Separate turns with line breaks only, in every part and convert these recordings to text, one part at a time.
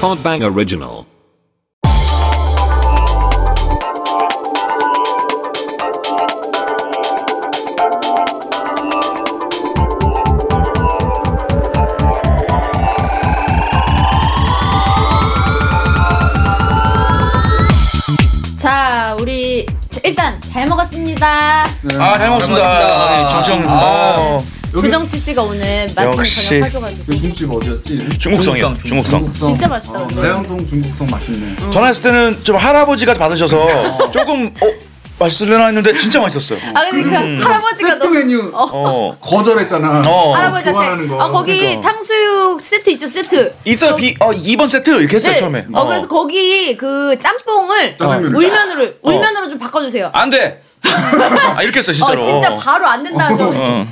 Podbang Original.
자, 우리 자, 일단 잘 먹었습니다.
아, 잘 먹었습니다. 조정. 아,
여기-
조정치 씨가 오늘 맛있는
역시.
저녁 가져가지고
그 중국집 어디였지?
중국성이요.
중국성,
중국성.
진짜 맛있다, 음.
어,
근데.
대형동 중국성 맛있네.
전화했을 때는 좀 할아버지가 받으셔서 조금 어 맛있으려나 했는데 진짜 맛있었어요.
아 근데 그 할아버지가
세트
너무
메뉴
어.
거절했잖아.
어.
그만하는
할아버지한테
거.
아 거기
그러니까.
탕수육 세트 있죠 세트
있어요. 비, 어, 2번 세트 이렇게 했어요,
네.
처음에.
어, 그래서 거기 그 짬뽕을
짜장면을
울면으로 울면으로 좀 바꿔주세요
안 돼. 아, 이렇게 했어요, 진짜로.
어 진짜 바로 안 된다고
어.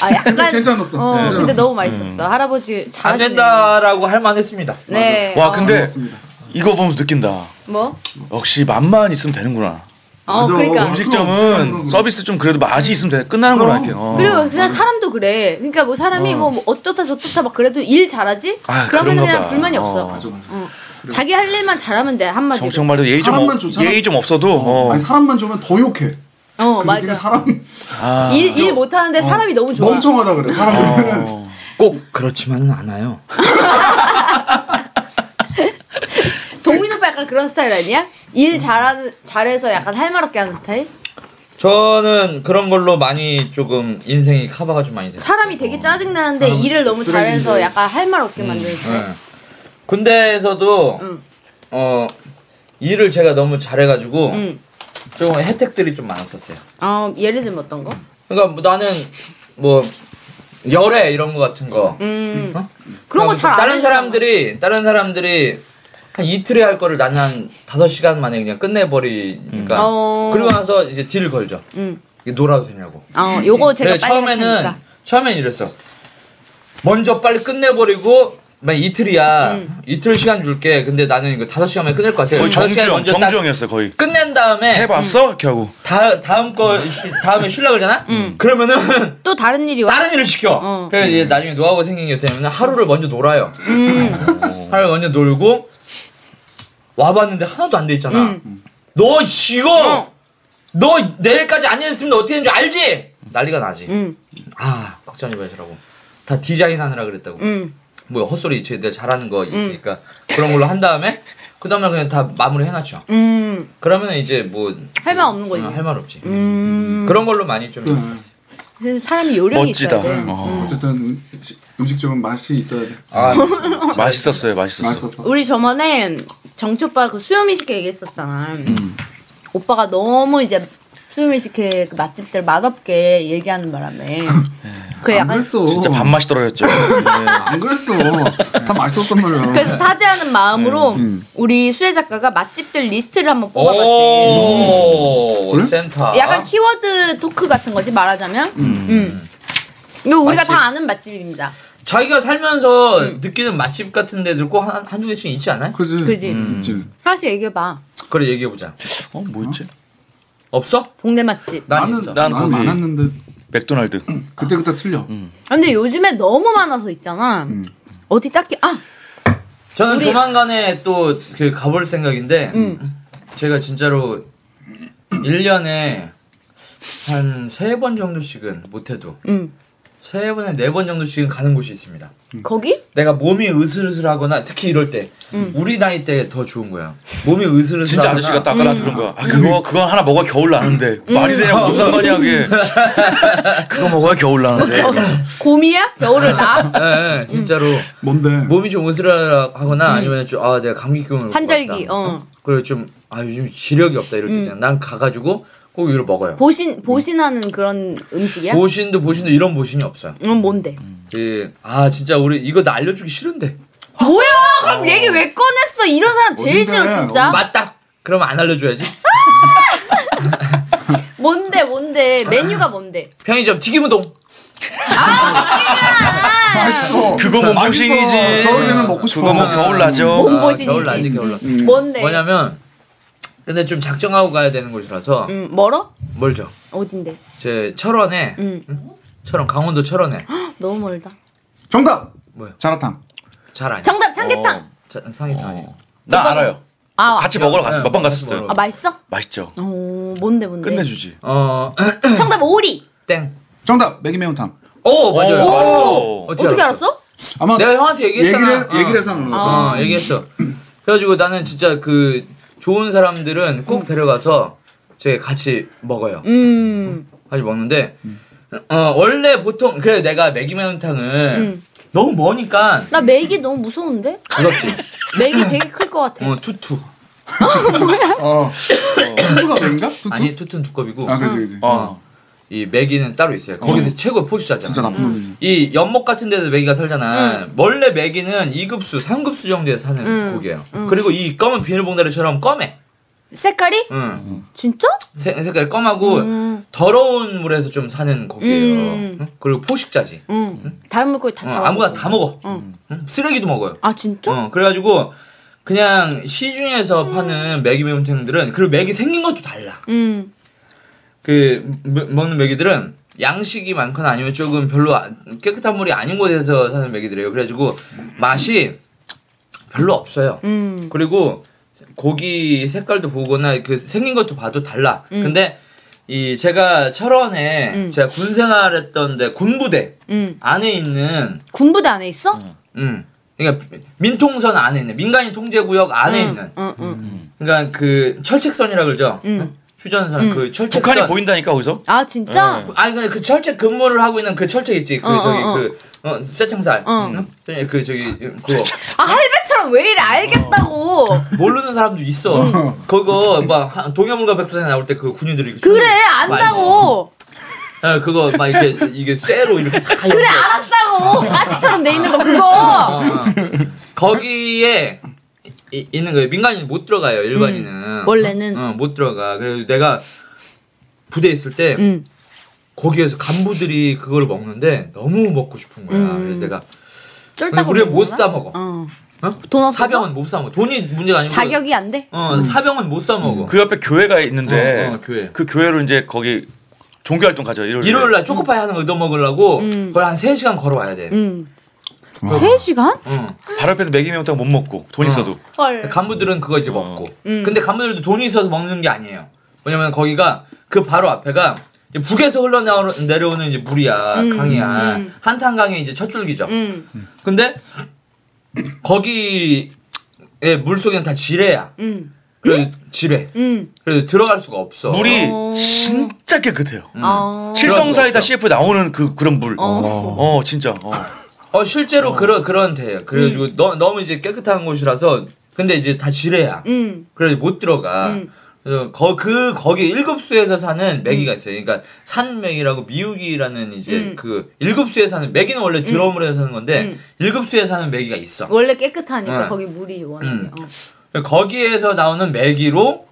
아 약간
괜찮았어.
어,
괜찮았어.
근데 너무 맛있었어 할아버지
안
잘하시네
된다라고 할 만했습니다.
네
와,
어,
근데
맞습니다.
이거 보면 느낀다.
뭐?
역시 맛만 있으면 되는구나.
어
맞아.
그러니까
음식-
음식점은
그럼, 그럼.
서비스 좀 그래도 맛이 있으면 돼. 끝나는 거라 이렇게. 어.
그리고 그냥 사람도 그래 그러니까 뭐 사람이 뭐 어떻다 저떻다 막 그래도 일 잘하지
아,
그러면
그런가
그냥
봐.
불만이 없어
어.
맞아 맞아.
어. 자기 할 일만 잘하면 돼 한마디로
정청 말도 예의 좀
사람만
없-
좋잖아.
예의 좀 없어도 어.
아니 사람만 주면 더 욕해.
어
그 새끼는
맞아
사람 어.
아.
일, 일 못하는데 사람이 너무 좋아.
멍청하다 그래. 사람 보면은
어.
꼭 그렇지만은 않아요.
동민 오빠 약간 그런 스타일 아니야? 일 잘하는, 잘해서 약간 할말없게 하는 스타일?
저는 그런 걸로 많이 조금 인생이 커버가 좀 많이 됐어요.
사람이 되게 짜증나는데
사람은
일을 너무
쓰레기인데. 네.
잘해서 약간 할말없게
음.
만드는 스타일.
예. 군대에서도
음.
어 일을 제가 너무 잘해가지고
음.
조금 혜택들이 좀 많았었어요.
어, 예를 들면 어떤 거?
그러니까 뭐 나는 뭐 열애 이런 거 같은 거
음.
어?
그런 거 잘 안
다른 사람들이 다른 사람들이 한 이틀에 할 거를 나는 한 다섯 시간 만에 그냥 끝내버리니까
음. 어.
그리고 나서 이제 딜 걸죠.
음.
이게 놀아도 되냐고.
어, 요거 제가 빨리
네,
그래서 네, 처음에는
하니까.
처음엔 이랬어. 먼저 빨리 끝내버리고 막 이틀이야
음.
이틀 시간 줄게. 근데 나는 이거 다섯 시간만에 끝낼 것 같아.
거의
다섯 시간
정주영,
먼저 딱
정주영이었어요, 거의.
끝낸 다음에
해봤어? 이렇게 하고.
다, 다음 거 다음에 쉴라 그러잖아. 그러면은
또 다른 일이 와.
다른 일을 시켜.
어.
그래서 이제 나중에 노하우가 생기게 되면 하루를 먼저 놀아요.
음.
하루를 먼저 놀고 와봤는데 하나도 안 돼 있잖아. 너 이거
음. 어.
너 내일까지 안 했으면 너 어떻게 되는지 알지? 난리가 나지.
음.
아 걱정하지 마시라고. 다 디자인하느라 그랬다고.
음.
뭐 헛소리 제 내가 잘하는 거 있으니까 그런 걸로 한 다음에 그 다음날 그냥 다 마무리 해놨죠.
음.
그러면 이제 뭐
할 말 없는 거지.
할말 없지.
음.
그런 걸로 많이 좀
음.
사람이 요령이 네.
멋지다.
있어야 돼.
어.
어쨌든 음식- 음식점은 맛이 있어야 돼.
아,
맛있었어요, 맛있었어.
맛있었어.
우리 저번에 정치 오빠 그 수요미식회 얘기했었잖아. 오빠가 너무 이제 수요미식회 그 맛집들 맛없게 얘기하는 바람에 그
안
약간
그랬어.
진짜 밥맛이 떨어졌죠. 네.
안 그랬어. 다 맛있었단 말이야.
그래서 사죄하는 마음으로 우리 수혜 작가가 맛집들 리스트를 한번 뽑아봤지.
오
음. 그래?
센터.
약간 키워드 토크 같은 거지 말하자면. 음. 이거 우리가
맛집.
다 아는 맛집입니다.
자기가 살면서 느끼는 맛집 같은 데들 꼭 한, 한두 개씩 있지 않아요?
그지.
그지?
그지.
하나씩 얘기해봐.
그래 얘기해보자.
어, 뭐였지?
없어?
동네 맛집.
난
나는
있어.
난
나는
거기-
많았는데
맥도날드.
그때 그때 틀려.
아, 근데 요즘에 너무 많아서 있잖아. 어디 딱히 아
저는
우리- 음.
조만간에 또 그 가볼 생각인데 제가 진짜로 1년에 한 세 번 정도씩은 못해도
음.
세 번에 네 번 정도씩은 가는 곳이 있습니다.
거기?
내가 몸이 으슬으슬하거나 특히 이럴 때
음.
우리 나이 때 더 좋은 거야. 몸이 으슬으슬하거나
진짜 아저씨가 딱 아까 나한테 그런 거야. 아, 그거, 그건 하나 먹어 겨울 나는데. 말이 되냐고, 무슨 상관이야, 그게. 그거 먹어야 겨울 나는데.
음. 곰이야? 겨울을 나?
예, 예, 진짜로
뭔데?
몸이 좀 으슬하거나 아니면 좀 아 내가 감기 기운
음. 환절기, 어. 음.
그리고 좀 아 요즘 기력이 없다 이럴 때 그냥 난 가가지고 꼭 이걸 먹어요.
보신 보신하는 그런 음식이야?
보신도 보신도 이런 보신이 없어요.
이건 뭔데?
그, 아 진짜 우리 이거 나 알려주기 싫은데
뭐야? 그럼 얘기 왜 꺼냈어? 이런 사람 제일
어딘가에
싫어 진짜.
맞다. 그럼 안 알려줘야지.
뭔데 뭔데? 메뉴가 뭔데?
편의점 튀김우동.
맛있어.
그거 뭐 무신이지.
겨울에는 먹고 싶어.
그거 뭐 겨울 나죠.
몸 보신이지.
아, 겨울 나지 겨울 나.
음.
뭔데?
뭐냐면 근데 좀 작정하고 가야 되는 곳이라서
음 멀어?
멀죠.
어딘데?
제 철원에
음
철원 강원도 철원에
너무 멀다.
정답.
뭐야?
자라탕.
잘 아니.
정답 삼계탕.
어, 자, 상해탕이.
나 알아요.
아,
어, 같이 먹으러 갔
네,
먹방
같이
갔었어요.
먹으러.
아 맛있어? 음.
맛있죠.
오 뭔데 뭔데?
끝내주지.
어,
정답 오리.
땡.
정답 매기 매운탕.
오, 맞아요.
오!
알았어.
어떻게 알았어?
아마
내가 형한테 얘기했잖아.
얘기를
어.
얘기를 해서 하는 거 같아.
어, 얘기했어. 그래가지고 나는 진짜 그 좋은 사람들은 꼭 데려가서 제 같이 먹어요.
음.
같이 먹는데 어 원래 보통 그래 내가 매기매운탕은
음.
너무 머니까
나 맥이 너무 무서운데?
무섭지.
맥이 되게 클 것 같아.
어 투투
어. 투투가 맥인가? 투투?
아니 투투는 두껍이고
아 그지 그지.
어.
이 매기는 따로 있어요. 거기는
어.
최고 의 포식자잖아.
음.
진짜 나쁜 놈이네.
이 연못 같은 데서 메기가 살잖아. 원래 메기는 2급수, 3급수 정도에 사는
음.
고기예요. 그리고 이 검은 비닐봉다리처럼 검해.
색깔이?
응.
음.
진짜?
색- 색깔이 검하고
음.
더러운 물에서 좀 사는 고기예요.
음.
응? 그리고 포식자지.
응. 다른 물고기 다
응,
잡아.
아무거나 다 먹어.
응.
응? 쓰레기도 먹어요.
아 진짜?
어, 그래가지고 그냥 시중에서 파는 메기 매운탕들은 그리고 메기 생긴 것도 달라.
음.
그 매- 먹는 메기들은 양식이 많거나 아니면 조금 별로 안- 깨끗한 물이 아닌 곳에서 사는 메기들이에요. 그래가지고 맛이 별로 없어요.
음.
그리고 고기 색깔도 보거나 그 생긴 것도 봐도 달라. 근데 이 제가 철원에
음.
제가 군 생활했던데 군부대
음.
안에 있는
군부대 안에 있어?
음 그러니까 민통선 안에 있는 민간인 통제 구역 안에
음.
있는
응, 응.
그러니까 그 철책선이라 그러죠.
음.
휴전선 그 철책선
북한이 보인다니까 거기서.
아 진짜?
응.
아니 근데 그 철책 근무를 하고 있는 그 철책 있지 그
어,
저기
어, 어.
그어 쇠창살
어.
응? 그 저기 그거
아 할배처럼 왜 이래 알겠다고.
모르는 사람도 있어 그거 막 하- 동해문과 백두산에 나올 때 그 군인들이
그래
뭐 알지?
안다고.
어, 그거 막 이렇게 이게 쇠로 이렇게 다
그래
이렇게.
알았다고. 가시처럼 돼 있는 거
어,
그거.
어. 거기에 이- 있는 거예요 민간인 못 들어가요 일반인은
음. 원래는.
어, 못 들어가 그래서 내가 부대 에 있을 때
응.
거기에서 간부들이 그걸 먹는데 너무 먹고 싶은 거야
음.
그래서 내가
쫄딱.
우리 못 사 먹어.
어.
어?
돈 없어.
사병은 못 사 먹어. 돈이 문제가 아니고
자격이 안 돼?
어 사병은 못 사 먹어.
그 옆에 교회가 있는데
어, 어, 교회.
그 교회로 이제 거기 종교 활동 가죠. 일요일.
일요일 날 초코파이 하나 얻어 먹으려고
음.
그걸 한3 시간 걸어와야 돼. 어.
응. 세 시간?
응.
바로 옆에서 매기 매운탕 못 먹고 돈 있어도.
헐.
간부들은 그거
어.
이제 먹고.
음.
근데 간부들도 돈이 있어서 먹는 게 아니에요. 왜냐면 거기가 그 바로 앞에가 이제 북에서 흘러나오는 내려오는 이제 물이야
음,
강이야
음.
한탄강의 이제 첫 줄기죠.
응.
근데 거기에 물 속에는 다 지뢰야.
응.
그래 지뢰.
응.
그래서 들어갈 수가 없어.
물이
어.
진짜 깨끗해요.
아.
칠성사이다
없어.
CF 나오는 그 그런 물.
어.
어 진짜. 어.
어 실제로 그런 그런 데요. 그래가지고
음.
너, 너무 이제 깨끗한 곳이라서 근데 이제 다 지뢰야.
응.
그래서 못 들어가.
음.
그래서 거, 그 거기 일급수에서 사는 메기가 있어요. 그러니까 산메기라고 미우기라는 이제
음.
그 일급수에 사는 메기는 원래 드럼으로 해서 사는 건데
음.
일급수에 사는 메기가 있어.
원래 깨끗하니까
응.
거기 물이 원해.
응.
어.
거기에서 나오는 메기로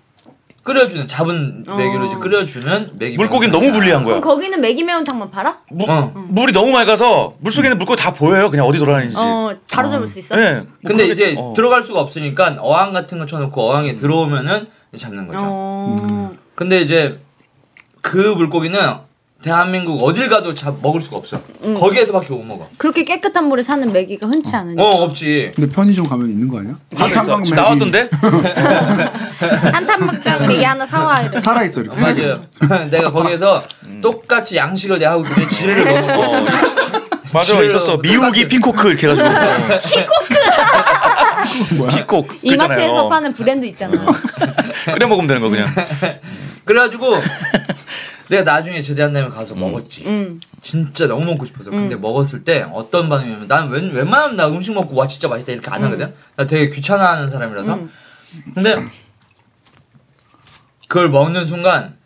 끓여주는 잡은
어.
메기로 이제 끓여주는 메기.
물고기는 너무 불리한
그럼
거야.
거기는 매기 매운탕만 팔아?
물,
어.
물이 너무 맑아서 물 속에 있는 물고기 다 보여요. 그냥 어디 돌아다니는지.
어. 바로 잡을 수 있어?
네. 뭐
근데
그러겠지.
이제
어. 음.
들어갈 수가 없으니까 어항 같은 거 쳐놓고 어항에 들어오면은 잡는 거죠.
어.
근데 이제 그 물고기는 대한민국 어딜 가도 잡 먹을 수가 없어.
음.
거기에서밖에 못 먹어.
그렇게 깨끗한 물에 사는 매기가 흔치 않은데.
어 없지.
근데 편의점 가면 있는 거 아니야? 한탄강
지금
매기.
네, 나왔던데? 어.
한탄막장 매기 하나 사와 이래.
살아 있어 이렇게.
맞아요. 내가 거기에서 똑같이 양식을 내가 하고 있는데 지뢰를 음. 먹어.
맞아
지뢰로
있었어.
그
미우기 핑코크 이렇게 해가지고. 어.
그
핑코크. 핑코크.
이마트에서
그잖아요. 어.
파는 브랜드 있잖아.
끓여 먹으면 되는 거 그냥.
그래가지고 내가 나중에 제대한 다음에 가서 먹었지.
음.
진짜 너무 먹고 싶어서. 근데 먹었을 때 어떤 반응이냐면 난 웬, 웬만하면 나 음식 먹고 와 진짜 맛있다 이렇게 안
음.
하거든. 나 되게 귀찮아하는 사람이라서. 근데 그걸 먹는 순간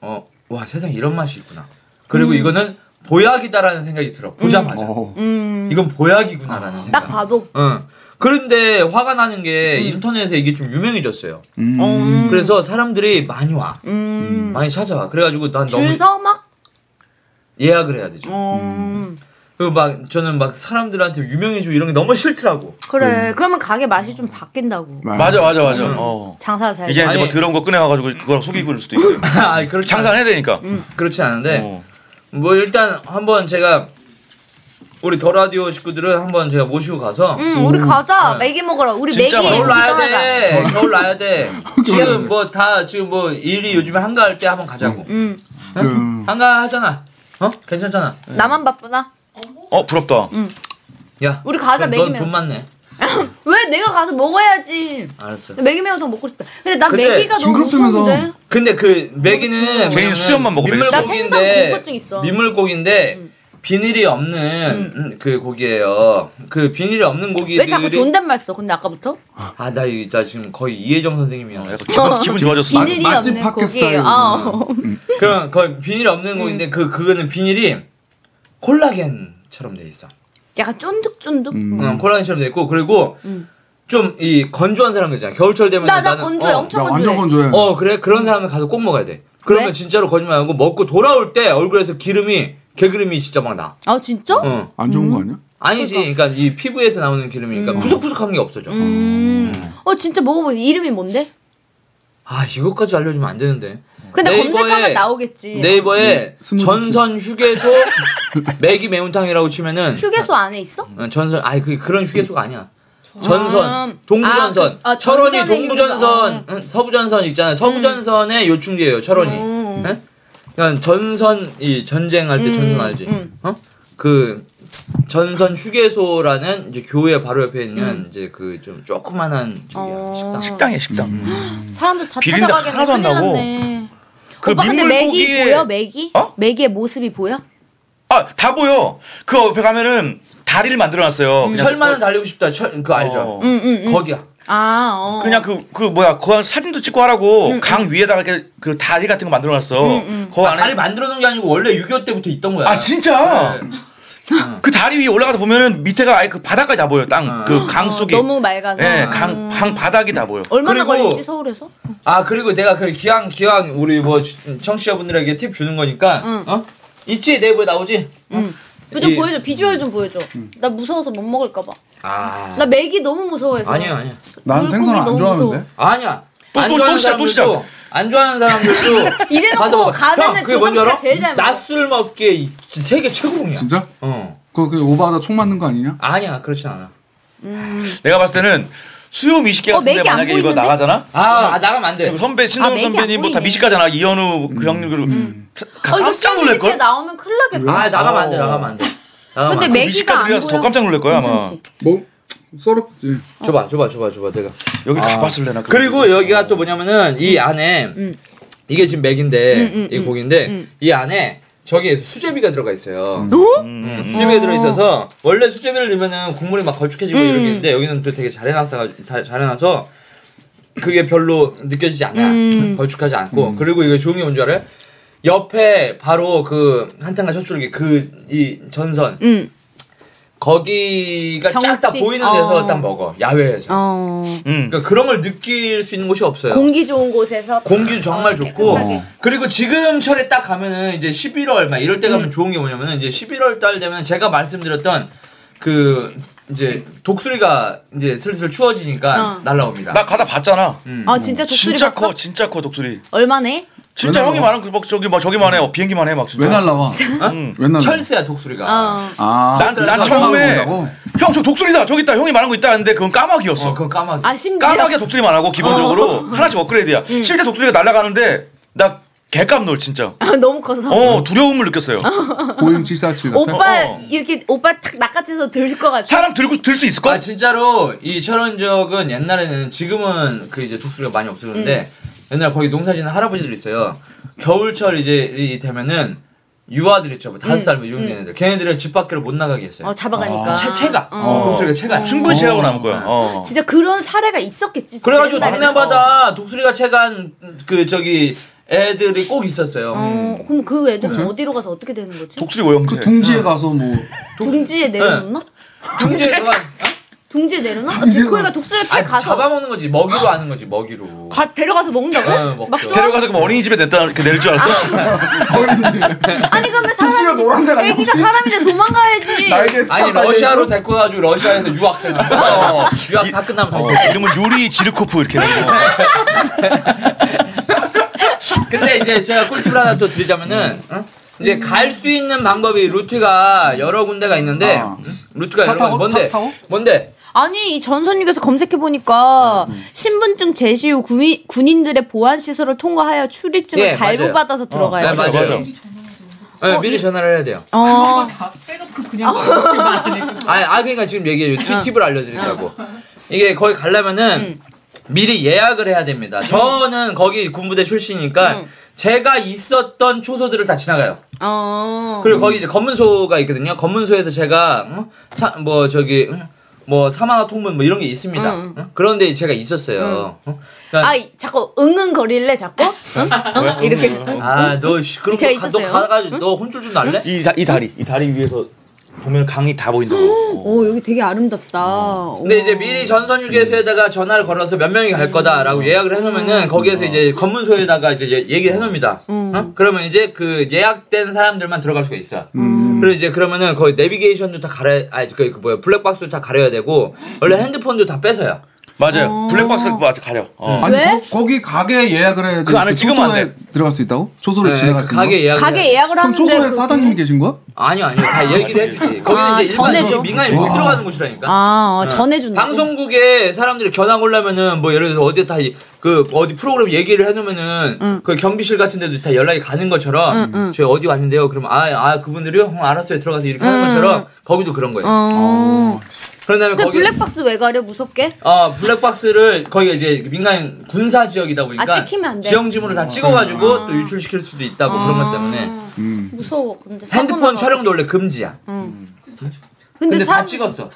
어, 와 세상 이런 맛이 있구나. 그리고 이거는 보약이다라는 생각이 들어. 보자마자.
어.
음. 아.
이건 보약이구나라는 생각.
딱 봐도.
응. 그런데 화가 나는 게 인터넷에 이게 좀 유명해졌어요.
음.
음.
그래서 사람들이 많이 와.
음.
많이 찾아와. 그래가지고 난 너무
줄서 막.
예약을 해야 되죠.
어.
그리고 막 저는 막 사람들한테 유명해지고 이런 게 너무 싫더라고.
그래. 그러면 가게 맛이 좀 바뀐다고.
맞아 맞아 맞아. 어.
장사 잘.
이제
돼.
음. 아니-
이제 뭐 더러운 거 꺼내와가지고 그걸 속이고 있을 수도 있고.
아, 그렇지.
음.
네. 어.
장사 안 해야 되니까.
뭐 않- 그렇지 않은데
어.
뭐 일단 한번 제가 우리 더 라디오 식구들은 한번 제가 모시고 가서
응, 음, 우리 가자. 매기 먹으러. 우리 매기
진짜
겨울 나야
구경하자.
돼. 겨울 나야 돼. 지금 뭐 다 지금 뭐 일이 요즘에 한가할 때 한번 가자고.
응.
음.
한가하잖아. 어? 괜찮잖아.
나만 바쁘나?
어 부럽다.
음.
야.
우리 가자,
넌
매기면.
돈 많네.
왜 내가 가서 먹어야지?
알았어.
매기 매운탕 먹고 싶다. 근데 난
근데
매기가 너무
징그럽다면서.
무서운데.
근데 그 메기는
어, 제일 수염만 먹어, 메기.
나 생선
민물고기인데
공포증 있어. 음,
민물고기인데 비늘이 없는 음, 그 고기예요. 그 비늘이 없는 고기들이
왜 자꾸 존댓말 써? 근데 아까부터
아나 이거 나 지금 거의 이해정 선생님이야.
어, 약간 기분 기분 좋아졌어.
마-
음. 비늘이
맛집
없는
팟캐스트
고기예요.
스타일이구나.
어.
그럼 거의 비늘이
음.
없는 고기인데 그 그거는 비늘이 콜라겐처럼 돼 있어.
약간 쫀득쫀득.
음.
응, 콜라겐처럼 돼 있고 그리고 좀 이 건조한 사람들 있잖아. 겨울철 되면
음. 나- 나
나는
건조해,
어,
엄청.
야, 완전 건조해.
어 그래 그런 사람은 가서 꼭 먹어야 돼. 그러면
왜?
진짜로 거짓말 하고 먹고 돌아올 때 얼굴에서 기름이 개기름이 진짜 막 나.
아 진짜?
응.
안 좋은
음.
거 아니야?
아니지, 그러니까 이 피부에서 나오는 기름이니까 푸석푸석한 게 없어져.
음. 어 진짜 먹어보세요. 이름이 뭔데?
아 이것까지 알려주면 안 되는데.
근데
네이버에-
검색하면 나오겠지.
네이버에
스무디
전선 휴게소 매기 매운탕이라고 치면은
휴게소 안에 있어?
어, 전선 아니 그 그런 휴게소가 아니야. 전선,
아,
동부전선,
그- 아,
철원이
전선에
동부전선, 응, 서부전선 있잖아요. 서부전선의 요충지예요. 철원이.
음.
응? 그러니까 전선 이 전쟁할 때 전선 알지?
음.
어? 그 전선 휴게소라는 이제 교회 바로 옆에 있는 이제 그 좀 조그만한
음. 어.
식당.
식당이야 식당.
음. 사람들 다
비린내
찾아가겠네.
하나도 안
큰일
나고.
났네.
그
오빠 근데 맥이
민물고기에-
보여? 맥이?
어?
맥이의 모습이 보여?
아 다 보여. 그 옆에 가면은 다리를
음.
만들어놨어요. 그냥
철만은 달리고 싶다. 철 그거 알죠?
어.
응응응.
거기야.
아 어.
그냥 그 그 뭐야 그 안- 사진도 찍고 하라고
음,
강 위에다가 이렇게 그 다리 같은 거 만들어놨어. 그
아,
안에
다리 만들어 놓은 게 아니고 원래 6.25 때부터 있던 거야.
아 진짜.
네.
그 다리 위에 올라가서 보면은 밑에가 아예 그 바닥까지 다 보여. 땅
아.
그 강 속이.
어, 너무 맑아서. 음.
예, 강, 강 바닥이 다 보여.
얼마나
그리고-
걸리지 서울에서?
아 그리고 내가 그 기왕 기왕 우리 뭐 주- 청취자분들에게 팁 주는 거니까
응.
어 있지 내부에 나오지 어?
그좀
이-
보여줘 비주얼 좀 보여줘. 나 무서워서 못 먹을까 봐.
아
나 맥이 너무 무서워해서.
아니야 아니야
난 생선
물고기
안
너무
좋아하는데.
무서워.
아니야
또,
안
또,
좋아하는
또 시작, 또 시작.
사람들도 안 좋아하는 사람들도
이래놓고
가서 뭐,
가면은
형, 그게 뭔지
조정치가
알아?
제일 잘 먹어.
낮술 먹게 이- 세계 최고봉이야
진짜?
어
그거 그 오바하다 총 맞는 거 아니냐?
아니야 그렇진 않아
내가 봤을 때는 수요 미식계
어,
같은데
맥이 안
만약에 이거
보이는데? 네.
나가잖아.
아, 아, 나가면 안돼
그럼 선배 신동
아, 맥이 안
선배님 뭐 다
보이네. 음.
미식가잖아. 이현우 그 형님으로
어 이거
깜짝
수영
놀랄
시에
걸.
나오면 큰일 나겠다.
아 나가면 안돼 나가면 안돼
근데
나가면
맥이가 안
미식가들이
보여.
가서 더 깜짝 놀랄 거야, 아마.
괜찮지?
뭐 썰었지.
안돼 줘봐 줘봐 줘봐 줘봐 내가
여기 가봤을래나.
아. 그리고 여기가 또 뭐냐면은 이 안에 이게 지금 맥인데 이 고기인데 이 안에 저기에 수제비가 들어가 있어요. 음, 수제비가 들어있어서 원래 수제비를 넣으면은 국물이 막 걸쭉해지고 이런 게 있는데 여기는 또 되게 잘해놨어 다- 잘해놔서 그게 별로 느껴지지 않아 걸쭉하지 않고 그리고 이게 좋은 게 뭔지 알아요? 옆에 바로 그 한탄과 첫줄기 그 이 전선
응.
거기가 쫙 다
경치.
보이는 데서
어.
딱 먹어 야외에서
어.
음.
그러니까 그런 걸 느낄 수 있는 곳이 없어요.
공기 좋은 곳에서.
공기 정말
어,
좋고
깨끗하게.
그리고 지금철에 딱 가면은 이제 11월 막 이럴 때
음.
가면 좋은 게 뭐냐면은 이제 11월 달 되면 제가 말씀드렸던 그 이제 독수리가 이제 슬슬 추워지니까
어.
날라옵니다.
나 가다 봤잖아.
음.
아 진짜 독수리
진짜
봤어?
커, 진짜 커 독수리.
얼마네?
진짜
왜
형이
날라와?
말한 그막 뭐 저기 막 저기만 해, 막 비행기만 해, 막 진짜.
뭐 네. 왜 날라와?
어?
왜 날라와?
철새야 독수리가.
어.
아,
난, 난
아,
처음에
나가고
형 저 독수리다 저기 있다 형이 말한 거 있다 했는데 그건 까마귀였어.
어, 그건 까마귀.
아 심지어. 어. 음.
까마귀가 독수리만 하고 기본적으로 하나씩 업그레이드야. 실제 독수리가 날아가는데 나 개깜놀 진짜.
아, 너무 커서.
어 두려움을 느꼈어요.
고잉 747 같아.
오빠
어.
이렇게 오빠 탁 낚아채서 들을 것 같아.
사람 들고 들 수 있을
아
어?
걸?
진짜로 이 철원적은 옛날에는 지금은 그 이제 독수리가 많이 없어졌는데
음.
옛날 거기 농사짓는 할아버지들 있어요. 겨울철 이제 이 되면은 유아들 있죠. 뭐 다섯 살 뭐 이런 애들. 걔네들은 집 밖으로 못 나가게 했어요.
음. 어 잡아가니까.
채, 채가
어.
독수리가 채가
충분히 체하고 남은 거야. 어.
진짜 그런 사례가 있었겠지. 진짜
그래가지고
옛날에는.
동네마다 독수리가 채간 그 저기 애들이 꼭 있었어요 음.
어, 그럼 그 애들은 어디로 가서 어떻게 되는 거지?
독수리 모형제.
그 둥지에 가서 뭐
둥지에 내려놓나? 아,
독수리가
둥지에 내려놔?
둥지에
거기가
가-
독수리 집에
아,
가서 아,
잡아먹는 거지 먹이로 하는 거지 먹이로
가, 데려가서
어,
먹는다고?
먹죠.
막 좋아?
데려가서 그 어린이집에 냈다 이렇게 낼 줄 알았어.
아.
아니 그러면
독수리가
사람
노란색 아니야?
애기가 사람인데 도망가야지.
날개
아니
스탑
러시아로 데리고 가가지고 러시아에서 유학생 어, 유학 다 끝나면 다시
어,
데리고
이름은 유리 지르코프 이렇게 낸 거.
근데 이제 제가 꿀팁을 하나 또 드리자면은 어?
음.
이제 갈 수 있는 방법이 루트가 여러 군데가 있는데
아.
루트가
차
여러
타고?
군데 뭔데?
차 타고? 네,
뭔데?
아니 이 전선님께서 검색해 보니까 신분증 제시 후 군인, 군인들의 보안 시설을 통과하여 출입증을
예, 맞아요.
발부받아서 들어가야
네,
돼.
맞아요.
맞아.
네,
어,
미리
이-
전화를 해야 돼요.
어.
다 빼놓고 그냥 그렇게 맞으니까.
아, 아 그러니까 지금 얘기해요. 팁- 팁을 알려드리려고.
아.
이게 거기 가려면은
음.
미리 예약을 해야 됩니다. 저는 거기 군부대 출신이니까
음.
제가 있었던 초소들을 다 지나가요.
어.
그리고 거기 이제 검문소가 있거든요. 검문소에서 제가 음? 사, 뭐 저기 음? 뭐 사망화 통문 뭐 이런 게 있습니다.
음.
음? 그런데 제가 있었어요. 어? 그러니까
아 이- 자꾸 응응 거릴래 자꾸? 응?
네.
응? 이렇게 응?
아, 너 씨, 그럼
음, 제가
너, 가- 너
있었어요. 음?
가가지고 너 혼쭐 좀 날래?
이, 다- 이 다리, 이 다리 위에서 보면 강이 다 보인다고.
오 어, 여기 되게 아름답다.
어.
어.
근데
우와.
이제 미리 전선 유계소에다가 전화를 걸어서 몇 명이 갈 거다라고 예약을
음.
해놓으면은 거기에서 이제 검문소에다가 이제 얘- 얘기를 해놓습니다.
음.
어? 그러면 이제 그 예약된 사람들만 들어갈 수가 있어.
음.
그리고 이제 그러면은 거의 내비게이션도 다 가려, 아니 그, 그 뭐야 블랙박스도 다 가려야 되고 원래 핸드폰도 다 뺏어요.
맞아요. 블랙박스 그거 아직 가려. 어.
아니
왜?
거, 기 가게 예약을 해야지
그 안에
그
찍으면 안
초소에 들어갈 수 있다고? 초소를
네,
지나갈 수 있는
가게
거?
예약.
가게 예약을
그럼
하는데
초소에
그-
사장님이 계신 거야?
아니요 아니요 다 얘기를 해주지. 거기는
아,
이제 일반
전해줘.
민간인 못
와.
들어가는 곳이라니까.
아 어, 전해준다.
네. 방송국에 사람들이 견학 오려면은 뭐 예를 들어서 어디 다 그 어디 프로그램 얘기를 해놓으면은 그 경비실 같은 데도 다 연락이 가는 것처럼 저희 어디 왔는데요 그럼 아 아 그분들이요 응, 알았어요 들어가서 이렇게 하는 것처럼 거기도 그런 거예요
어.
그런 다음에
근데
거기
블랙박스 왜 가려 무섭게?
어 블랙박스를 거기 이제 민간 군사 지역이다 보니까
아, 찍히면 안 돼.
지형지물을 다 찍어가지고 또 유출시킬 수도 있다고 그런 것 때문에
음.
무서워. 근데 사고
핸드폰
나면-
촬영도 원래 금지야
근데,
근데, 다
사...
찍었어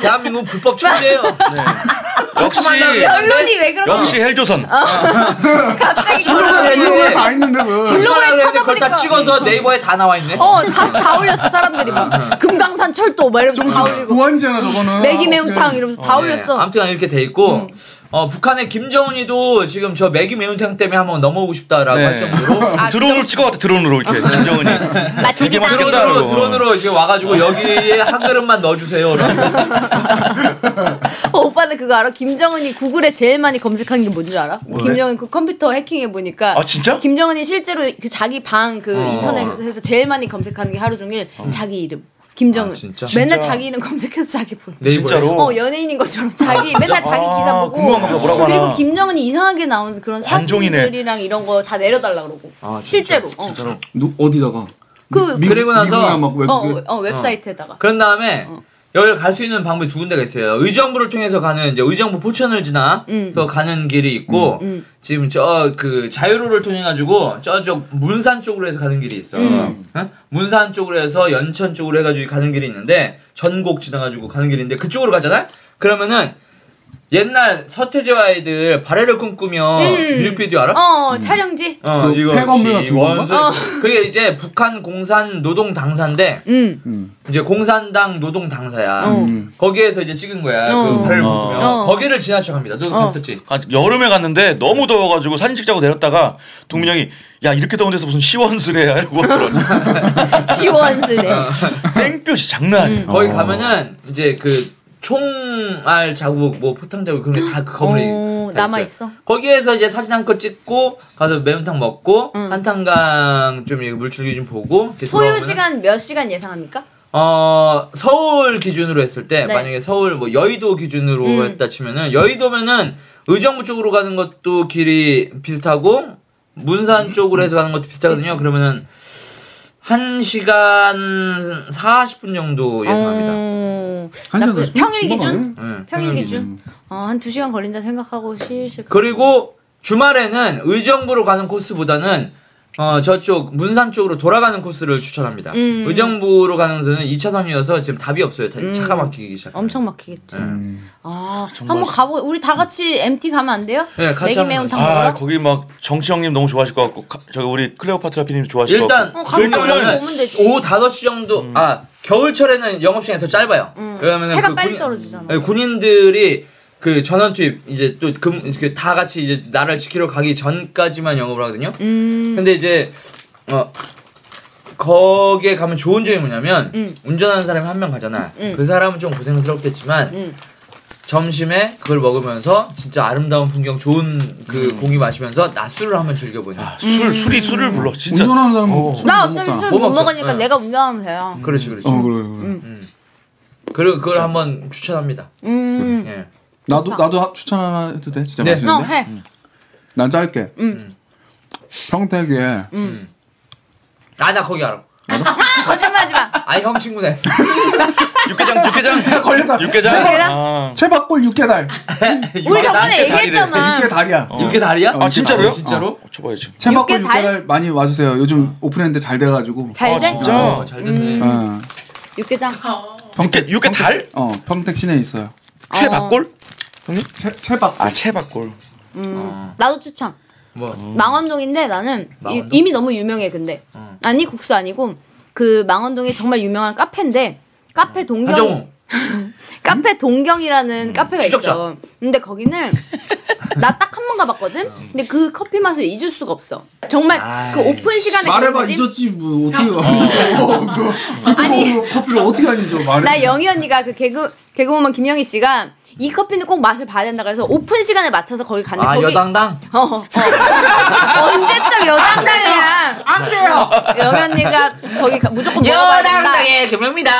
대한민국 불법 천재예요
역시,
어.
언론이 왜 그런
역시
어.
헬조선.
아,
갑자기
야, 아, 이런
그런
거다 있는데 뭐. 왜?
예. 블로그에
그걸 다
찾아보니까-
찍어서 네이버에 다 나와 있네
어다 다 올렸어 사람들이 막 금강산 철도 막 이러면서 다 올리고
보안이잖아 저거는.
매기
아,
매운탕
오케이.
이러면서 다 올렸어.
네,
음.
아무튼 이렇게 돼 있고 어, 북한의 김정은이도 지금 저 매기 매운탕 때문에 한번 넘어오고 싶다라고
네.
할 정도로
아,
드론으로 찍어왔다, 드론으로 이렇게. 김정은이. 되게
맛집이다.
맛있겠다.
드론으로
어.
드론으로 이제 와가지고 여기에 한 그릇만 넣어주세요. 라고.
어, 오빠는 그거 알아? 김정은이 구글에 제일 많이 검색한 게 뭔지 알아? 김정은 그 컴퓨터 해킹해 보니까.
아, 진짜?
김정은이 실제로 그 자기 방 그 인터넷에서 제일 많이 검색하는 게 하루 종일 자기 이름. 김정은.
아, 진짜?
맨날
진짜?
자기 이름 검색해서 자기 본.
네이버에.
진짜로.
어 연예인인 것처럼 자기 맨날 자기
아,
기사 보고
궁금한 거 뭐라고
그리고
하나.
김정은이 이상하게 나오는 그런
관종이네.
사진들이랑 이런 거 다 내려달라 그러고
아, 진짜,
실제로 어.
누 어디다가?
그
미-
그리고 나서-
미국이나 막
어,
외국에
어, 웹사이트에다가
그런 다음에 여기를 갈 수 있는 방법이 두 군데가 있어요. 의정부를 통해서 가는 이제 의정부 포천을 지나서 가는 길이 있고 지금 저 그 자유로를 통해 가지고 저쪽 문산 쪽으로 해서 가는 길이 있어. 응? 문산 쪽으로 해서 연천 쪽으로 해가지고 가는 길이 있는데 전곡 지나가지고 가는 길인데 그쪽으로 가잖아? 그러면은 옛날 서태지와 아이들 발해를 꿈꾸며 뮤직비디오 알아?
어 촬영지
어,
그 폐건물 같은
혹시
건가?
원소의- 그게 이제 북한 공산 노동 당사인데
음
이제 공산당 노동 당사야. 거기에서 이제 찍은 거야.
어.
그 발을 묶으면
어.
거기를 지나쳐갑니다. 너도 갔었지.
아, 여름에 갔는데 너무 더워가지고 사진 찍자고 내렸다가 동민이 형이 야 이렇게 더운 데서 무슨 시원스레야 이러고 왔더라고.
지원스레
아,
땡볕이 장난 아니에요.
거기 가면은 이제 그 총알 자국, 뭐 포탕 자국 그런 게다 건물에
어,
다
남아
있어요.
있어.
거기에서 이제 사진 한 컷 찍고 가서 매운탕 먹고 한탄강 좀 이렇게 물줄기 좀 보고 이렇게
소요
돌아오면은
시간 몇 시간 예상합니까?
어 서울 기준으로 했을 때
네. 음.
만약에 서울 뭐 여의도 기준으로 했다 치면은 여의도면은 의정부 쪽으로 가는 것도 길이 비슷하고 문산 쪽으로 해서 가는 것도
음.
비슷하거든요. 그러면은 1시간 40분 정도 예상합니다.
어,
한 시간
나쁘-
사십 분?
평일
금방
기준?
예.
평일 기준? 어, 한 2시간 걸린다 생각하고 실실.
그리고 주말에는 의정부로 가는 코스보다는 어 저쪽 문산 쪽으로 돌아가는 코스를 추천합니다.
음.
의정부로 가는 데는 2차선이어서 지금 답이 없어요. 다- 차가 막히기 시작.
엄청 막히겠지.
음.
아, 한번 가보. 우리 다 같이 MT 가면 안 돼요?
네, 같이
매기
한번
매운탕 먹으러.
아 거기 막 정치 형님 너무 좋아하실 것 같고 가- 저기 우리 클레오파트라 피님 좋아하실 것
일단
같고.
어, 가끔
일단은
오면 되지.
오후 5시 정도 아 겨울철에는 영업 시간이 더 짧아요.
음.
왜냐면은
해가
그
빨리
군인-
떨어지잖아.
네, 군인들이 그 전원 투입 이제 또금다 같이 이제 나라를 지키러 가기 전까지만 영업을 하거든요.
음.
근데 이제 어 거기에 가면 좋은 점이 뭐냐면
음.
운전하는 사람이 한 명 가잖아.
음.
그 사람은 좀 고생스럽겠지만
음.
점심에 그걸 먹으면서 진짜 아름다운 풍경 좋은 그 공기 마시면서 낮술을 한번 즐겨보냐.
아, 술 술이 술을 불러 진짜.
운전하는 사람은 술못
뭐
나 어차피
먹잖아.
술 못
몸 없어.
먹으니까
네.
내가 운전하면 돼요.
그렇지 그렇지.
어 그래 그래.
음. 그리고 그걸 한번 추천합니다.
음.
예.
나도 나도 하- 추천 하나 해도 돼? 진짜
네. 음.
형
맛있는데?
어, 해. 음.
난 짧게. 평택에
아나 거기 알아.
거짓말하지 마.
아니 형 친구네.
육개장 육개장
걸렸다.
육개장.
제발.
아,
채박골 육개달.
아.
네,
우리 저번에
아, 나한테
얘기했잖아.
육개달이야.
이렇게 다리야?
어,
아 진짜로요?
진짜로?
어, 쳐봐야지.
채박골
육개달? 어.
육개달 많이 와주세요. 요즘 오픈했는데 잘 돼가지고.
잘
아,
돼?
진짜?
어, 잘 됐네.
어,
육개장.
육개 육개 달?
어 평택 시내에 있어요.
최박골?
채 채박.
아 최박골.
음. 나도 추천.
어. 뭐
망원동인데 나는
망원동?
이, 미 너무 유명해 근데
어.
아니 국수 아니고 그 망원동에 정말 유명한 카페인데
음.
카페 동경
한정우.
카페 동경이라는
음.
카페가
추적자.
있어. 근데 거기는 나 딱 한 번 가봤거든. 근데 그 커피 맛을 잊을 수가 없어. 정말 그
어. 아이,
오픈 시간에
말해봐
그런 거지.
잊었지 뭐 어떻게 어.
아니.
아니 커피를 어떻게 안 잊어 말해.
나 영희 언니가 그 개그 개그우먼 김영희 씨가 이 커피는 꼭 맛을 봐야 된다 그래서 오픈 시간에 맞춰서 거기 갔는데
아
거기
여당당.
어, 어. 언제적 여당당이야. 안 돼요. 영희 언니가 거기 가- 무조건 먹어봐야 된다.
여당당의 금요입니다.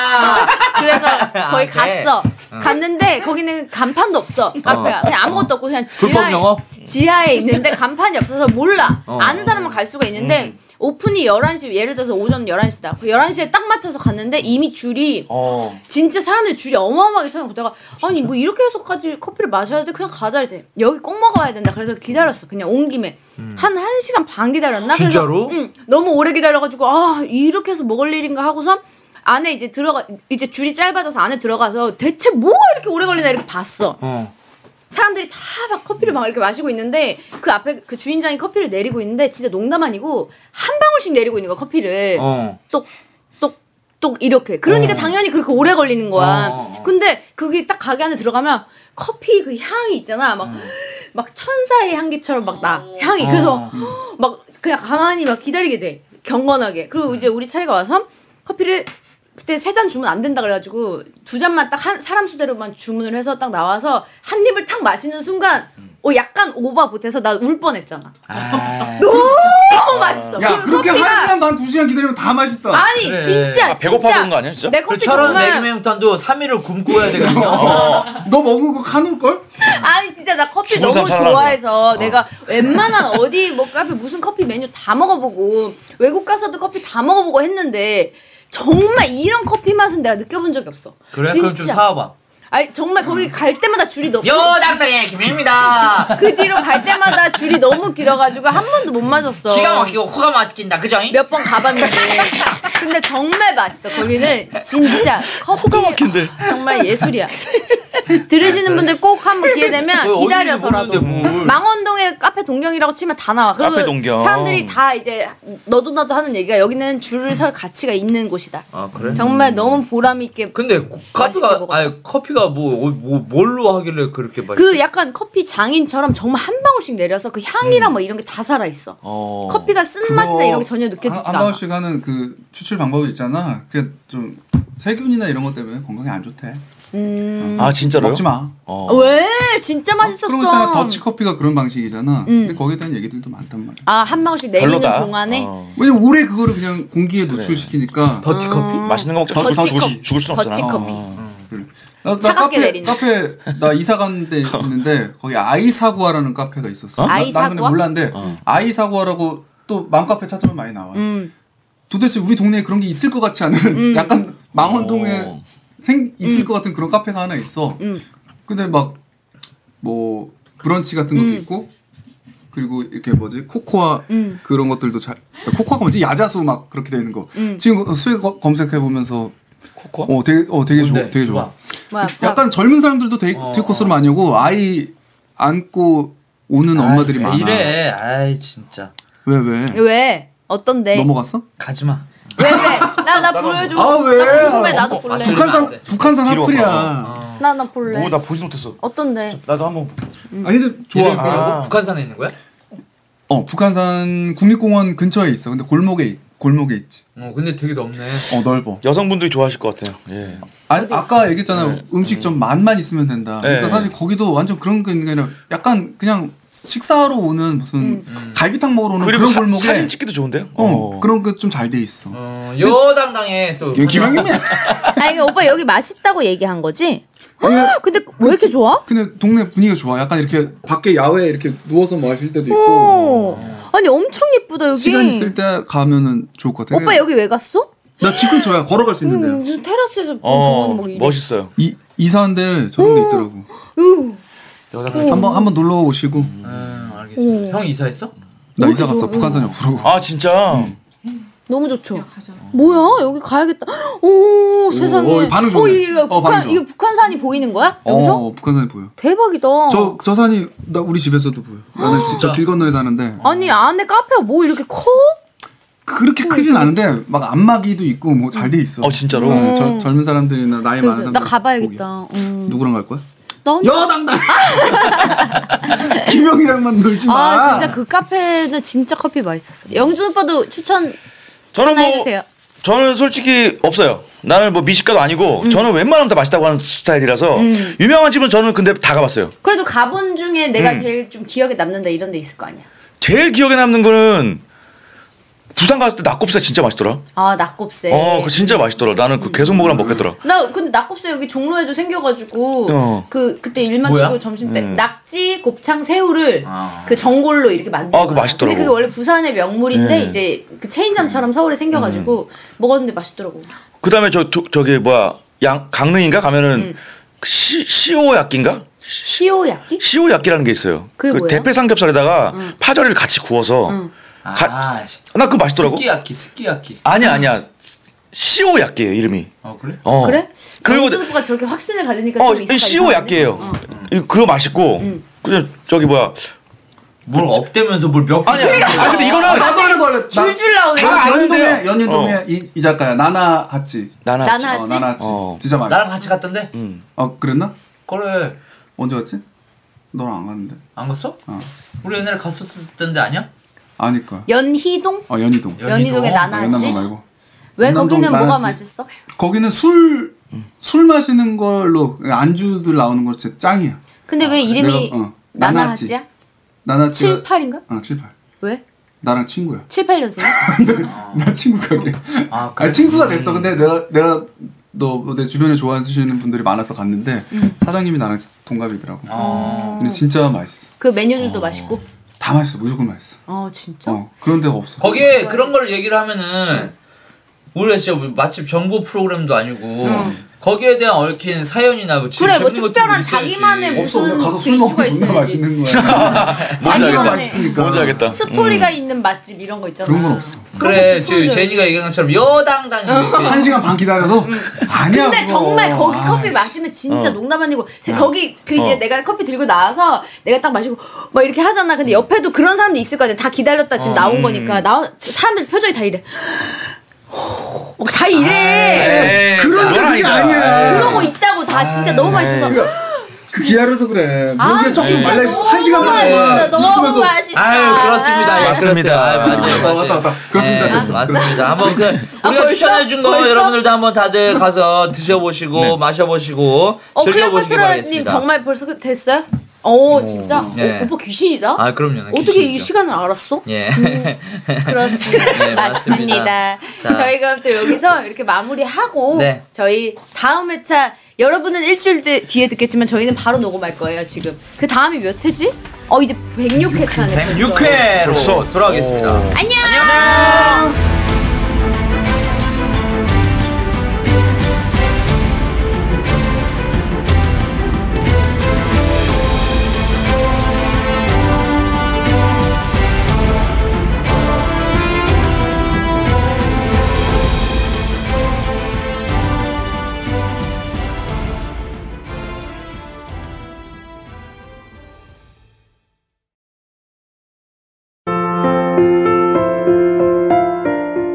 그래서 거기
아, 그래.
갔어. 갔는데 거기는 간판도 없어. 카페가 그냥 아무것도 없고 그냥 지하에
영업?
지하에 있는데 간판이 없어서 몰라.
어. 음.
아는 사람은 갈 수가 있는데 오픈이 11시 예를 들어서 오전 11시다. 그 11시에 딱 맞춰서 갔는데 이미 줄이
어.
진짜 사람들 줄이 어마어마하게 서있고 내가 아니 뭐 이렇게 해서까지 커피를 마셔야 돼 그냥 가자 이랬대 여기 꼭 먹어야 된다 그래서 기다렸어 그냥 온 김에 한 1시간 반 기다렸나
음. 진짜로?
그래서, 응, 너무 오래 기다려가지고 아 이렇게 해서 먹을 일인가 하고선 안에 이제 들어가 이제 줄이 짧아져서 안에 들어가서 대체 뭐가 이렇게 오래 걸리나 이렇게 봤어
어.
사람들이 다 막 커피를 막 이렇게 마시고 있는데 그 앞에 그 주인장이 커피를 내리고 있는데 진짜 농담 아니고 한 방울씩 내리고 있는 거야 커피를
어.
똑똑똑 이렇게 그러니까
어.
당연히 그렇게 오래 걸리는 거야
어.
근데 그게 딱 가게 안에 들어가면 커피 그 향이 있잖아 막 막 천사의 향기처럼 막 나 향이 그래서 막 그냥 가만히 막 기다리게 돼 경건하게 그리고 이제 우리 차례가 와서 커피를 그때 세 잔 주문 안 된다 그래가지고 두 잔만 딱 한 사람 수대로만 주문을 해서 딱 나와서 한 입을 탁 마시는 순간 어 약간 오버 못해서 나 울 뻔했잖아 너무 맛있어
야
그
그렇게
커피가
한 시간 반 두 시간 기다리면 다 맛있다.
아니
그래.
진짜
아, 배고파
진짜
그런 거 아니야, 진짜?
내 커피
그 철원
정말
네. 매기매운탄도 3일을 굶고야 되거든요.
너 먹은 거 가놓을 걸?
아니 진짜 나 커피
죽은
너무
사람 어. 살아나는
좋아해서 내가 웬만한 어디 뭐 카페 무슨 커피 메뉴 다 먹어보고 외국 가서도 커피 다 먹어보고 했는데 정말 이런 커피 맛은 내가 느껴본 적이 없어.
그래
진짜.
그럼 좀 사와봐.
아니 정말 거기 갈 때마다 줄이 너무
여당당의 김입니다.
그 뒤로 갈 때마다 줄이 너무 길어가지고 한 번도 못 맞았어.
기가 막히고 코가 막힌다 그죠잉?
몇 번 가봤는데 근데 정말 맛있어 거기는 진짜 커피가
막힌데.
정말 예술이야 들으시는 분들 꼭 한번 기회 되면
어디
기다려서라도
모르는데 뭘.
망원동에 카페 동경이라고 치면 다 나와 그리고
카페 동경.
사람들이 다 이제 너도 나도 하는 얘기가 여기는 줄을 설 가치가 있는 곳이다
아 그래?
정말 너무 보람 있게
근데 고- 커피가
먹었다.
아니 커피가 뭐, 어, 뭐 뭘로 하길래 그렇게 맛있?
그 약간 커피 장인처럼 정말 한 방울씩 내려서 그 향이랑 뭐 이런 게 다 살아 있어
어.
커피가 쓴맛이나 이런 게 전혀 느껴지지가
한바울
않아
씨가는 그 추출 방법이 있잖아. 그게 좀 세균이나 이런 것 때문에 건강에 안 좋대.
음...
아 진짜로요?
먹지 마.
어.
왜 진짜 맛있었어 음.
그런 거 있잖아. 더치 커피가 그런 방식이잖아. 근데 거기에 대한 얘기들도 많단 말이야.
아, 한 방울씩 내리는
별로다.
동안에
어.
왜냐면 오래 그거를 그냥 공기에 노출시키니까.
더티 커피?
맛있는 거 먹자.
더치
죽을,
커피.
죽을 순 없잖아.
더치 커피.
어.
음, 그래. 나, 나
차갑게
카페
내린다.
카페 나 이사 간 데 있는데 거기 아이사구아라는 카페가 있었어. 어. 나,
아이사구아?
난 근데 몰랐는데 아이사구아라고 또 맘카페 찾으면 많이 나와.
음.
도대체 우리 동네에 그런 게 있을 것 같지 않은 약간 망원동에
오.
생 있을 것 같은 그런 카페가 하나 있어. 근데 막 뭐 브런치 같은 것도 있고 그리고 이렇게 뭐지 코코아 그런 것들도 잘 코코아가 뭐지 야자수 막 그렇게 돼 있는 거. 지금 어, 수익 검색해 보면서
코코아?
어 되게 어 되게 좋아
뭔데?
되게 좋아.
뭐야,
약간 젊은 사람들도 데이,
어.
데이코스로 많이 오고 아이 안고 오는 엄마들이
아이,
많아.
왜 이래. 아이 진짜.
왜 왜?
왜? 어떤데?
넘어갔어?
가지 마.
왜 왜? 나 나 보여줘.
아, 왜?
나 궁금해. 나도
어,
볼래.
아, 진짜?
북한산
안 돼.
북한산
뒤로
하플이야.
가고.
나 나 볼래.
오, 나 보지도 못했어.
어떤데?
나도 한번 볼게.
아 근데 좋아.
이래, 그리고 북한산에 있는 거야?
어 북한산 국립공원 근처에 있어. 근데 골목에 골목에 있지.
어, 근데 되게 넓네.
어 넓어.
여성분들이 좋아하실 것 같아요. 예.
아, 아까 얘기했잖아요. 음식점 맛만 있으면 된다. 그러니까
네.
사실 거기도 완전 그런 거 있는 게 아니라 약간 그냥 식사하러 오는
음.
무슨 갈비탕 먹으러 오는
음. 그리고
그런
사,
골목에
사진 찍기도 좋은데요?
어, 그런 게 좀 잘 돼 있어.
어, 여당당에 또. 어,
여기 김영임이야.
아니 그러니까 오빠 여기 맛있다고 얘기한 거지?
아,
헉, 근데 왜 이렇게 좋아?
근데 동네 분위기가 좋아. 약간 이렇게 밖에 야외에 이렇게 누워서 마실 때도 있고
오. 아니 엄청 예쁘다 여기.
어. 시간 있을 때 네. 가면은 좋을 것 같아.
오빠 여기 왜 갔어?
나집 근처야. 걸어갈 수
음,
있는데.
무슨 테라스에서
어,
좋아하는 막 이래.
멋있어요.
이 이사한데 저런 게 있더라고.
으,
여당당.
한번 한번 놀러 오시고
음, 알겠습니다. 형 이사했어?
나 이사 갔어. 북한산 옆으로.
아 진짜.
너무 좋죠. 뭐야 여기 가야겠다. 오, 세상에.
오, 반응 좋네.
어, 이게 왜
어,
북한
반응 좋아.
이게 북한산이 보이는 거야? 여기서?
어, 북한산이 보여.
대박이다.
저, 저 산이 나 우리 집에서도 보여.
아,
나는 진짜 길 건너에 사는데
아니 안에 카페가 뭐 이렇게 커?
그렇게 크진 않은데 막 안마기도 있고 뭐 잘 돼 있어.
어, 진짜로?
어, 절- 젊은 사람들이나 나이
네,
많은
음. 그, 나
사람들.
가봐야겠다. 음.
누구랑 갈 거야?
나 혼자-
여당당. 김영이랑만 놀지 마.
아 진짜 그 카페는 진짜 커피 맛있었어. 영준 오빠도 추천
저는
하나
뭐
해주세요.
저는 솔직히 없어요. 나는 뭐 미식가도 아니고
음.
저는 웬만하면 다 맛있다고 하는 스타일이라서 유명한 집은 저는 근데 다 가봤어요.
그래도 가본 중에 내가 제일 좀 기억에 남는다 이런 데 있을 거 아니야.
제일 기억에 남는 거는 부산 갔을 때 낙곱새 진짜 맛있더라.
아 낙곱새.
어, 그 진짜 맛있더라. 나는 그 계속 먹으면 먹겠더라.
나 근데 낙곱새 여기 종로에도 생겨가지고
어. 음.
그 그때 일만
뭐야?
치고 점심 때 낙지 곱창 새우를 그 전골로 이렇게 만든.
아, 그거 맛있더라고.
근데 그게 원래 부산의 명물인데
네. 음.
이제 그 체인점처럼 서울에 생겨가지고 먹었는데 맛있더라고.
그다음에 저 저- 저기 뭐야 양 강릉인가
음.
가면은 시 시오야끼인가
시오야끼?
시오야끼라는 게 있어요.
그게 뭐예요? 음.
대패 삼겹살에다가 파절이를 같이 구워서 가-
아,
나 그거 맛있더라고.
스키야키, 스키야키.
아니야 아니야 시오야끼예요 이름이.
어, 그래?
어.
그래?
그리고
영준 오빠가 저렇게 확신을 가지니까 음.
어,
좀 이상하긴
시오
한데.
약계예요.
어.
이 그거 맛있고. 그냥 저기 뭐야.
뭘 업대면서 뭘몇
아니, 아니, 아니, 근데 이거는
나도 하는 거 할래. 나-
줄줄 나오네.
다 연유동에
아는데요? 어.
연유동에 이, 이 작가야 나나 하치.
나나
나나-
어,
하치?
나나 하치.
어.
진짜 맛있어.
나랑 같이 갔던데?
어 그랬나?
그래.
언제 갔지? 너랑 안 갔는데.
안 갔어?
어.
우리 옛날에 갔었던데 아니야?
아니까.
연희동?
어 연희동.
연-
연희동에
어,
연희동?
나나지?
연남동 말고.
왜
연남동
거기는 뭐가
나나지?
맛있어?
거기는 술. 술 마시는 걸로 안주들 나오는 걸 진짜 짱이야.
근데 왜 이름이
내가- 어. 나나하지. 그
나나하지야?
나나치가
7, 8인가?
아 78.
왜?
나랑 친구야.
7, 8년생이야?
나 친구 가게.
아,
아,
그래?
친구가 됐어. 근데 내가 내가 너 내 주변에 좋아하시는 분들이 많아서 갔는데 사장님이 나랑 동갑이더라고.
어.
근데 진짜 맛있어.
그 메뉴들도 맛있고?
다 맛있어. 무조건 맛있어.
아 진짜?
어 그런 데가
그렇죠.
없어.
거기에 그런 걸 얘기를 하면은 우리가 진짜 뭐 맛집 정보 프로그램도 아니고 거기에 대한 얽힌 사연이나 뭐
음. 그래, 뭐
재밌는 것들이
특별한
있어야지.
자기만의 뭐-
없어.
무슨
가서 술 먹고
이슈가
존나
있어야지.
맛있는 거야.
자기만의-
존나 맛있으니까.
뭔지 알겠다.
스토리가
음.
있는 맛집 이런 거 있잖아.
그런 건 없어.
그래,
그런 것도 어.
제, 제니가 얘기한 것처럼 여당당히
한 시간 반 기다려서 아니야.
음. 근데
그거.
정말 거기
아,
커피
씨. 네.
마시면 진짜
어.
농담 아니고 거기 그 이제
어.
내가 커피 들고 나와서 내가 딱 마시고 막 이렇게 하잖아.
음.
근데 옆에도 그런 사람도 있을 거 아니야. 다 기다렸다
어.
지금 나온 거니까 나 사람들 표정이 다 이래. 어, 다 이래.
에이,
그런 게
그건
그게
아니다.
아니야.
에이.
그러고 있다고 다 진짜 너무 맛있어. 막.
네. 그러니까 그 기다려서 그래.
아,
목이 조금
진짜
말라 있어. 한 시간
너무
만에.
맛있다. 너무
웃으면서
맛있다.
아유, 그렇습니다. 예,
맞습니다.
그렇습니다. 아유, 맞아요,
아, 맞다, 맞다. 그렇습니다,
예,
그렇습니다.
맞습니다. 한번 그 우리가
아, 벌써?
추천해 준 거
벌써? 음.
여러분들도 한번 다들 가서 드셔보시고
네.
마셔보시고
어,
즐겨보시기
클레오파트라님
바라겠습니다.
정말 벌써 그 됐어요? 어, 진짜?
네.
어, 오빠 귀신이다?
아, 그럼요. 네,
어떻게 이
귀신이죠.
시간을 알았어?
예.
그렇습니다.
네, 맞습니다.
맞습니다.
자.
저희 그럼 또 여기서 이렇게 마무리하고
네.
저희 다음 회차 여러분은 일주일 뒤- 뒤에 듣겠지만 저희는 바로 녹음할 거예요 지금. 그 다음이 몇 회지? 어 이제 106회차네.
106회로
벌써?
돌아오겠습니다.
오.
안녕.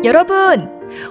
여러분,